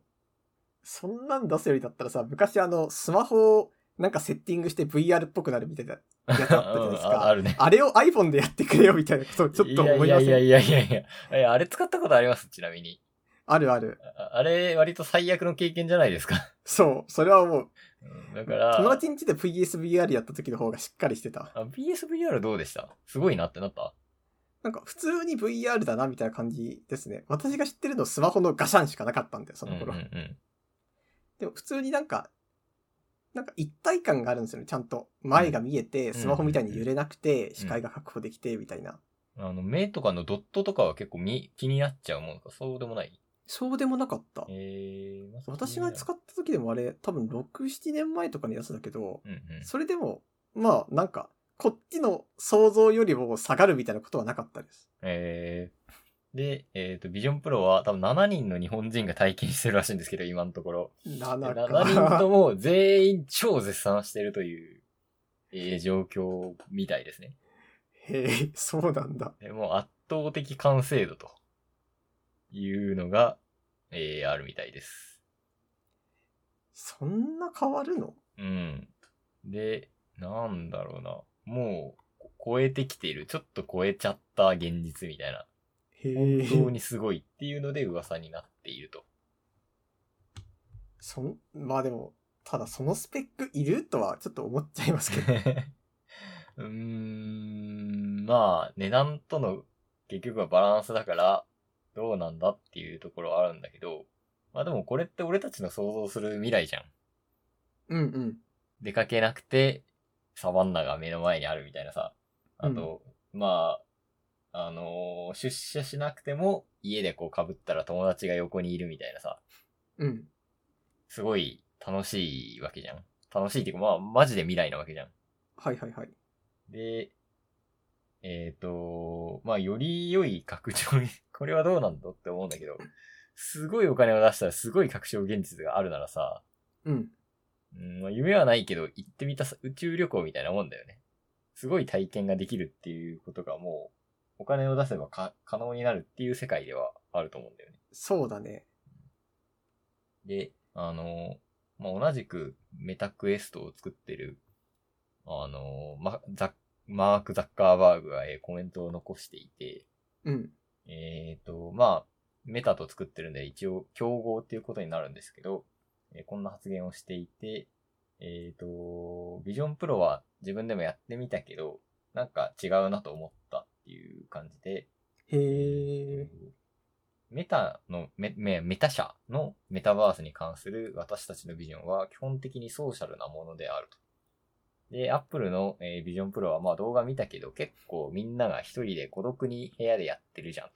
そんなん出すよりだったらさ、昔あの、スマホをなんかセッティングして VR っぽくなるみたいなやつあったじゃないですうん ああか。るね。あれを iPhone でやってくれよみたいなことをちょっと思いまやせん。いやいやいやいやいや。あれ使ったことありますちなみに。あるある。ああれ、割と最悪の経験じゃないですか。そう、それはもう、うんだから。友達ん家で PSVR やった時の方がしっかりしてた。あ、PSVR どうでしたすごいなってなったなんか普通に VR だなみたいな感じですね。私が知ってるのスマホのガシャンしかなかったんだよ、その頃。うんうんうんでも普通になんか、なんか一体感があるんですよね。ちゃんと前が見えて、んスマホみたいに揺れなくて、視界が確保できて、みたいな。あの、目とかのドットとかは結構み気になっちゃうもんか、そうでもないそうでもなかった。えー、まあ私が使った時でもあれ、多分6、7年前とかのやつだけど、うんうん。それでも、まあなんか、こっちの想像よりも下がるみたいなことはなかったです。えー、で、えっ、と、ビジョンプロは多分7人の日本人が体験してるらしいんですけど、今のところ。 7か。 7人とも全員超絶賛してるという、えー状況みたいですね。 へえ、そうなんだ。でもう圧倒的完成度というのが、えーあるみたいです。そんな変わるのうん。で、なんだろうな。もう、超えてきている。ちょっと超えちゃった現実みたいな。へ本え。当にすごいっていうので噂になっていると。 そん、 まあでも、ただそのスペックいるとはちょっと思っちゃいますけど。うーん、まあ、値段との結局はバランスだから、どうなんだっていうところはあるんだけど、まあでもこれって俺たちの想像する未来じゃん。うんうん。出かけなくて、サバンナが目の前にあるみたいなさ。あと、まあ、あのー出社しなくても家でこう被ったら友達が横にいるみたいなさ。うん。すごい楽しいわけじゃん。楽しいっていうか、まあ、マジで未来なわけじゃん。はいはいはい。で、えっ、と、まあ、より良い拡張に、これはどうなんだって思うんだけど、すごいお金を出したらすごい拡張現実があるならさ、うん。うんまあ、夢はないけど行ってみたさ宇宙旅行みたいなもんだよね。すごい体験ができるっていうことがもう、お金を出せばか可能になるっていう世界ではあると思うんだよね。そうだね。で、あの、まあ、同じくメタクエストを作ってる、あの、ま、ザマーク・ザッカーバーグが、えーコメントを残していて、うん。えっ、と、まあ、メタと作ってるんで一応競合っていうことになるんですけど、えーこんな発言をしていて、えっ、と、ビジョンプロは自分でもやってみたけど、なんか違うなと思ったっていう感じで、へえ。メタのメ、メメタ社のメタバースに関する私たちのビジョンは基本的にソーシャルなものであると。で、Apple の、えービジョンプロはまあ動画見たけど結構みんなが一人で孤独に部屋でやってるじゃんと。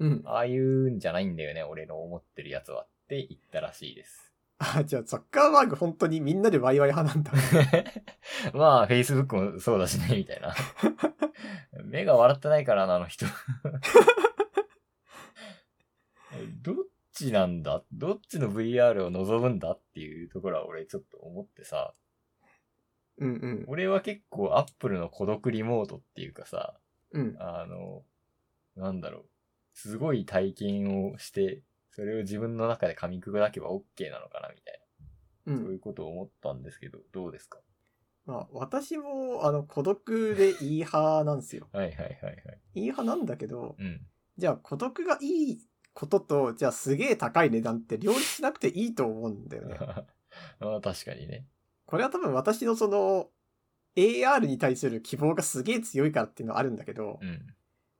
うん。ああいうんじゃないんだよね、俺の思ってるやつはって言ったらしいです。あ、じゃあ、ザッカーバーグ本当にみんなでワイワイ派なん だ。まあ、Facebook もそうだしね、みたいな。目が笑ってないからな、あの人。どっちなんだどっちの VR を望むんだっていうところは俺ちょっと思ってさ、うんうん。俺は結構 Apple の孤独リモートっていうかさ、うん。あの、なんだろう、すごい体験をして、それを自分の中で噛み砕けば OK なのかな、みたいうんな。そういうことを思ったんですけど、どうですかまあ、私も、あの、孤独でいい派なんですよ。はいはいはいはい。いい派なんだけど、うん。じゃあ、孤独がいいことと、じゃあ、すげえ高い値段って両立しなくていいと思うんだよね。 まあ確かにね。これは多分私のその、AR に対する希望がすげえ強いからっていうのはあるんだけどう、ん。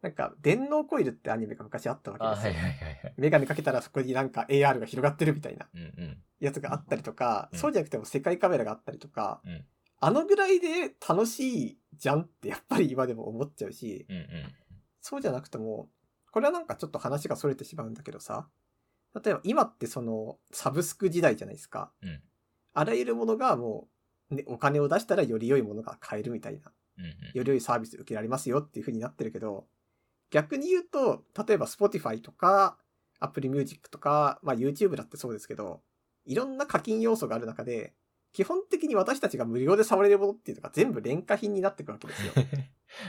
なんか、電脳コイルってアニメが昔あったわけあ、ですはいよ。はいはいはい。メガネかけたらそこになんか AR が広がってるみたいなうんうん。やつがあったりとか、うんそうじゃなくても世界カメラがあったりとか、うんあのぐらいで楽しいじゃんってやっぱり今でも思っちゃうし、うんそうじゃなくても、これはなんかちょっと話が逸れてしまうんだけどさ、例えば今ってそのサブスク時代じゃないですか。うん。うんあらゆるものがもう、ね、お金を出したらより良いものが買えるみたいな、うんうん。より良いサービス受けられますよっていう風になってるけど、逆に言うと、例えば Spotify とか Apple Music とか、まあ YouTube だってそうですけど、いろんな課金要素がある中で、基本的に私たちが無料で触れるものっていうのが全部廉価品になってくわけ ですよ。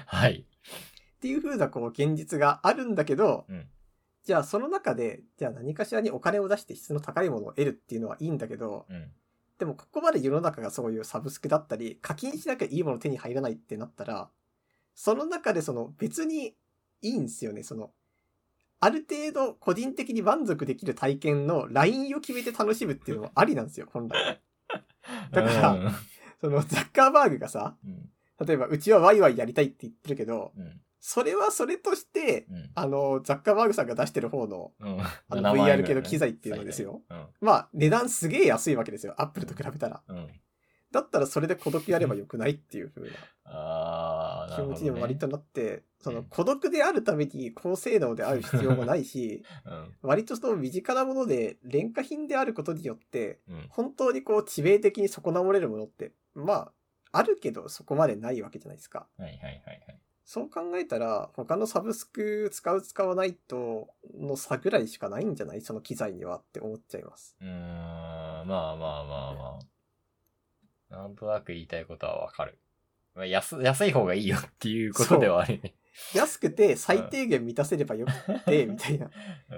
はい。っていう風なこう現実があるんだけど、うんじゃあその中で、じゃあ何かしらにお金を出して質の高いものを得るっていうのはいいんだけど、うん。でもここまで世の中がそういうサブスクだったり、課金しなきゃいいもの手に入らないってなったら、その中でその別にいいんですよね、その、ある程度個人的に満足できる体験のラインを決めて楽しむっていうのもありなんですよ、本来。だからうんそのザッカーバーグがさ、うん例えばうちはワイワイやりたいって言ってるけど、うんそれはそれとして、うんあの、ザッカーバーグさんが出してる方の、うん。あの7万円 VR 系の機材っていうのですよ。最大まあ、値段すげえ安いわけですよ。アップルと比べたら。うん。うん。だったらそれで孤独やればよくないっていう風なああ、な気る持ほど、ちね。にも割となって、そうんの孤独であるために高性能である必要もない し、うん。割とその身近なもので廉価品であることによって、うん。本当にこう致命的に損なわれるものって、まあ、あるけどそこまでないわけじゃないですか。はいはいはいはい。そう考えたら、他のサブスク使う使わないとの差ぐらいしかないんじゃないその機材にはって思っちゃいます。うーん、まあまあまあまあ。なんとなく言いたいことはわかる。まあ、安、安い方がいいよっていうことではあるね。安くて最低限満たせればよくて、みたい な。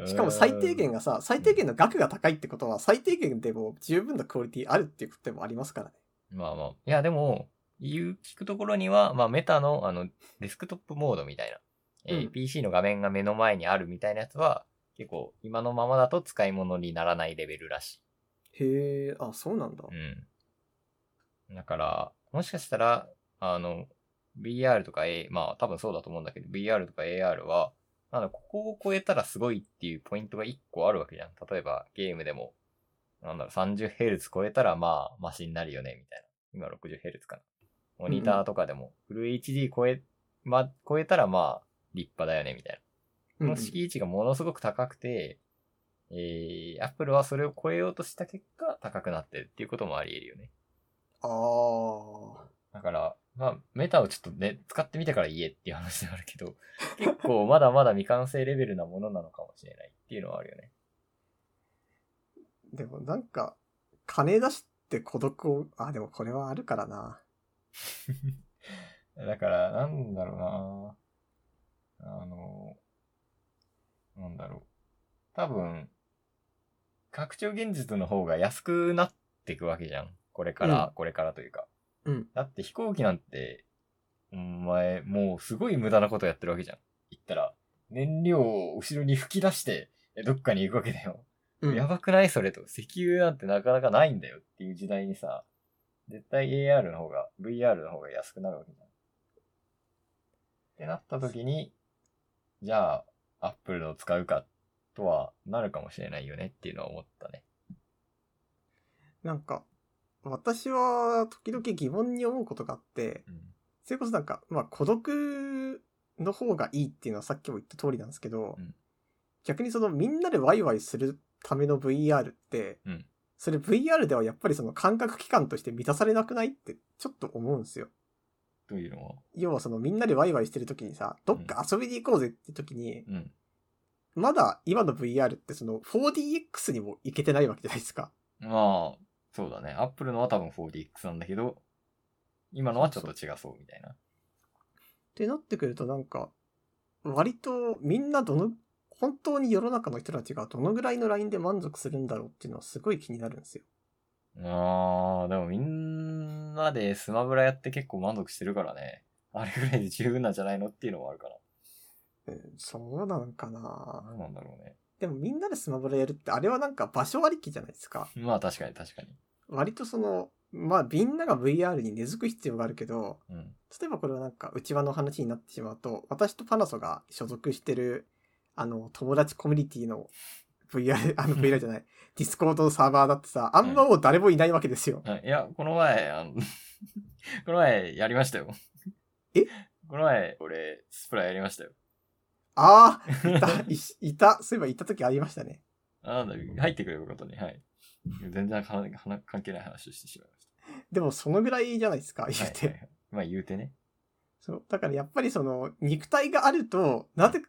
しかも最低限がさ、最低限の額が高いってことは、最低限でも十分なクオリティあるっていうことでもありますからね。まあまあ。いや、でも、言う、聞くところには、まあ、メタの、あの、デスクトップモードみたいな、えーうん PC の画面が目の前にあるみたいなやつは、結構、今のままだと使い物にならないレベルらしへえ、あ、そうなんだい。。うん。だから、もしかしたら、あの、 VR とか A、まあ多分そうだと思うんだけど、VR とか AR は、あの、ここを超えたらすごいっていうポイントが1個あるわけじゃん。例えばゲームでも、なんだろう、30Hz 超えたらまあマシになるよね、みたいな。今 60Hz かな。モニターとかでも、フル HD 超え、ま、超えたらまあ立派だよね、みたいな。うこんうのん敷地がものすごく高くて、えー、Apple はそれを超えようとした結果、高くなってるっていうこともあり得るよね。ああ。だから、まあ、メタをちょっとね、使ってみてから言えっていう話ではあるけど、結構まだまだ未完成レベルなものなのかもしれないっていうのはあるよね。でもなんか、金出して孤独を、あ、でもこれはあるからな。だから、なんだろうなあの、なんだろう。多分、拡張現実の方が安くなっていくわけじゃん。これから、うこれからというか。うん。だって飛行機なんて、お前、もうすごい無駄なことやってるわけじゃん。言ったら、燃料を後ろに吹き出して、えどっかに行くわけだよ。うん、やばくない それと。石油なんてなかなかないんだよっていう時代にさ、絶対 AR の方が、VR の方が安くなるわけじゃん。ってなった時に、じゃあ、Apple の使うかとはなるかもしれないよねっていうのは思ったね。なんか、私は時々疑問に思うことがあって、うん。それこそなんか、まあ孤独の方がいいっていうのはさっきも言った通りなんですけど、うん逆にそのみんなでワイワイするための VR って、うんそれ VR ではやっぱりその感覚器官として満たされなくないってちょっと思うんですよ。というのは、要はそのみんなでワイワイしてる時にさ、どっか遊びに行こうぜって時に、うん。まだ今の VR ってその 4DX にも行けてないわけじゃないですか。まあ、そうだね。Apple のは多分 4DX なんだけど、今のはちょっと違そうみたいな。ってなってくるとなんか、割とみんなどの、本当に世の中の人たちがどのぐらいのラインで満足するんだろうっていうのはすごい気になるんですよ。ああ、でもみんなでスマブラやって結構満足してるからね。あれぐらいで十分なんじゃないのっていうのもあるから。うん、そうなんかな何なんだろうね。でもみんなでスマブラやるってあれはなんか場所ありきじゃないですか。まあ確かに確かに。割とその、まあみんなが VR に根付く必要があるけど、うん。例えばこれはなんか内輪の話になってしまうと、私とパナソが所属してる、あの、友達コミュニティの VR、あの VR じゃない、ディスコードのサーバーだってさ、あんまもう誰もいないわけですよ。あいや、この前、あの、 この前やりましたよ。えこの前、俺、スプラやりましたよ。ああ、い た、いしいた、そういえばいた時ありましたね。あなんだ、入ってくれることに、はい。全然かな関係ない話をしてしまいましでもそのぐらいじゃないですか、た。言うて。はいはいはいまあ言うてね。そう。だからやっぱりその、肉体があると、なぜ、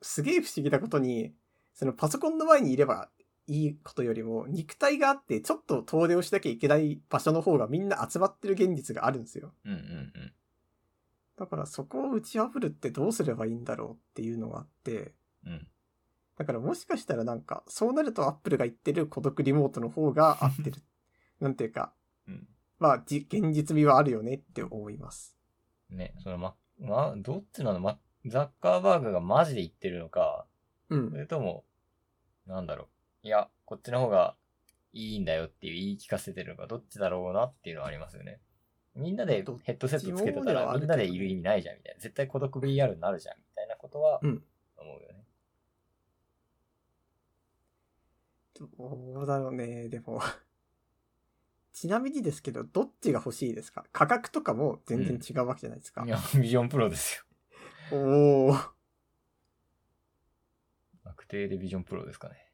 すげえ不思議なことに、そのパソコンの前にいればいいことよりも、肉体があって、ちょっと遠出をしなきゃいけない場所の方がみんな集まってる現実があるんですよ。うんうんうん。だからそこを打ち破るってどうすればいいんだろうっていうのがあって、うんだからもしかしたらなんか、そうなるとアップルが言ってる孤独リモートの方が合って る。なんていうか、うんまあ、じ現実味はあるよねって思います。ね、そのま、ま、どっちなのま、ザッカーバーグがマジで言ってるのか、うんそ。れとも、なんだろう。いや、こっちの方がいいんだよっていう言い聞かせてるのか、どっちだろうなっていうのはありますよね。みんなでヘッドセットつけてどっちもでたはあら、るみけどんなでいる意味ないじゃんみたいな。絶対孤独 VR になるじゃんみたいなことは、う思んうよね。どうだろうね、でも。 ちなみにですけど、どっちが欲しいですか価格とかも全然違うわけじゃないですか。いや、ビジョンプロですよ。おー。確定でビジョンプロですかね。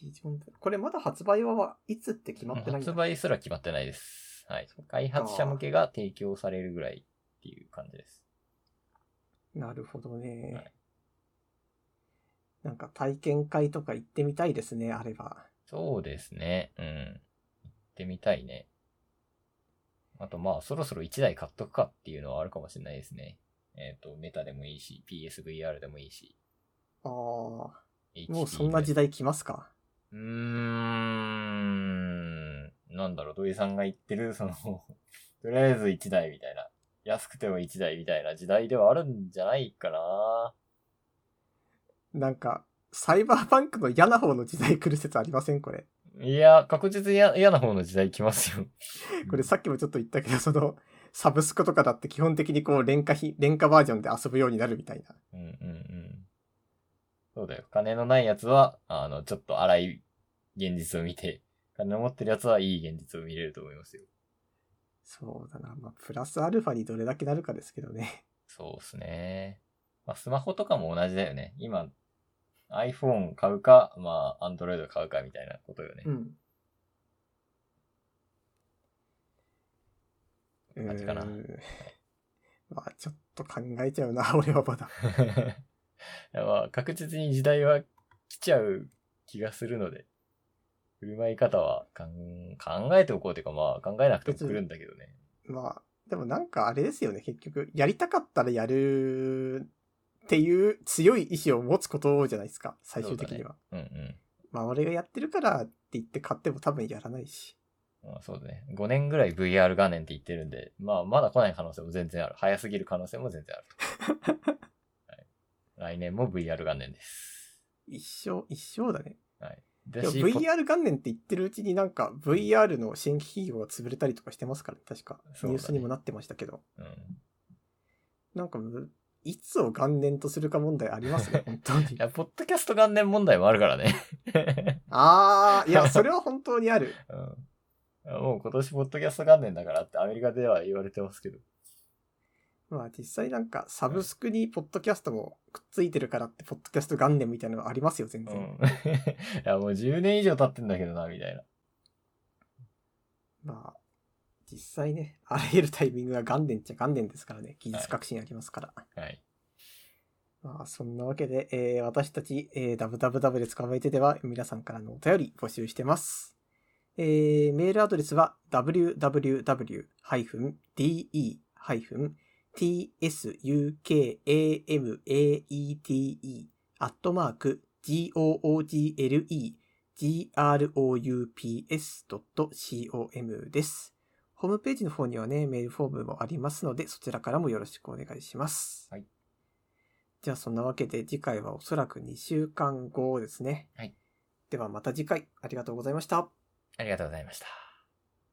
ビジョンプこれまだ発売はいつって決まってないんだ発売すら決まってないです。はい。開発者向けが提供されるぐらいっていう感じです。なるほどね。はいなんか体験会とか行ってみたいですね、あれば。そうですね。うん。行ってみたいね。あと、まあ、そろそろ1台買っとくかっていうのはあるかもしれないですね。えっ、と、メタでもいいし、PSVR でもいいし。ああ、も HP うそんな時代。代来ますかうーん。なんだろう、土井さんが言ってる、その、 とりあえず1台みたいな。安くても1台みたいな時代ではあるんじゃないかな。なんか、サイバーパンクの嫌な方の時代来る説ありませんこれ。いや、確実にや嫌な方の時代来ますよ。これさっきもちょっと言ったけど、その、 サブスクとかだって基本的にこう、廉価費、廉価バージョンで遊ぶようになるみたいな。うんうんうん。そうだよ。金のないやつは、あの、ちょっと荒い現実を見て、金の持ってるやつはいい現実を見れると思いますよ。そうだな。まあ、プラスアルファにどれだけなるかですけどね。そうですね。まあ、スマホとかも同じだよね。今、iPhone 買うか、まあ、Android 買うかみたいなことよね。ん。う感じかなーん まあ、ちょっと考えちゃうな、 俺はまだ。いや まあ、確実に時代は来ちゃう気がするので、振る舞い方はかん考えておこうというか、まあ、考えなくても来るんだけどね。まあ、でもなんかあれですよね、結局。やりたかったらやるっていう強い意志を持つことじゃないですか、最終的には。うんうん。まあ、俺がやってるからって言って買っても多分やらないし。まあ、そうだね。5年ぐらい VR 画面って言ってるんで、まあ、まだ来ない可能性も全然ある。早すぎる可能性も全然あ ると。はい、来年も VR 画面です。一生、一生だね。ででもしポ VR 元年って言ってるうちになんか VR の新規企業が潰れたりとかしてますから、ね、確か。そうだねニュースにもなってましたけど。うん、なんか、いつを元年とするか問題あり ますね、本当にい。や、ポッドキャスト元年問題もあるからね。 あー、いや、それは本当にある。うん、もう今年ポッドキャスト元年だからってアメリカでは言われてますけど。まあ実際なんかサブスクにポッドキャストもくっついてるからって、ポッドキャスト元年みたいなのありますよ、全う然。ん。 いや、もう10年以上経ってんだけどな、みたいな。まあ、実際ね、あらゆるタイミングが元年っちゃ元年ですからね、技術革新ありますから。はい。まあ、そんなわけで、えー私たち、えー、www で捕まえてでは、皆さんからのお便り募集してます。えーメールアドレスは、www-de-tsukamate アットマーク google.groups.com です。ホームページの方にはね、メールフォームもありますので、そちらからもよろしくお願いします。はいじゃあそんなわけで次回はおそらく2週間後ですね。はいではまた次回ありがとうございました。ありがとうございました。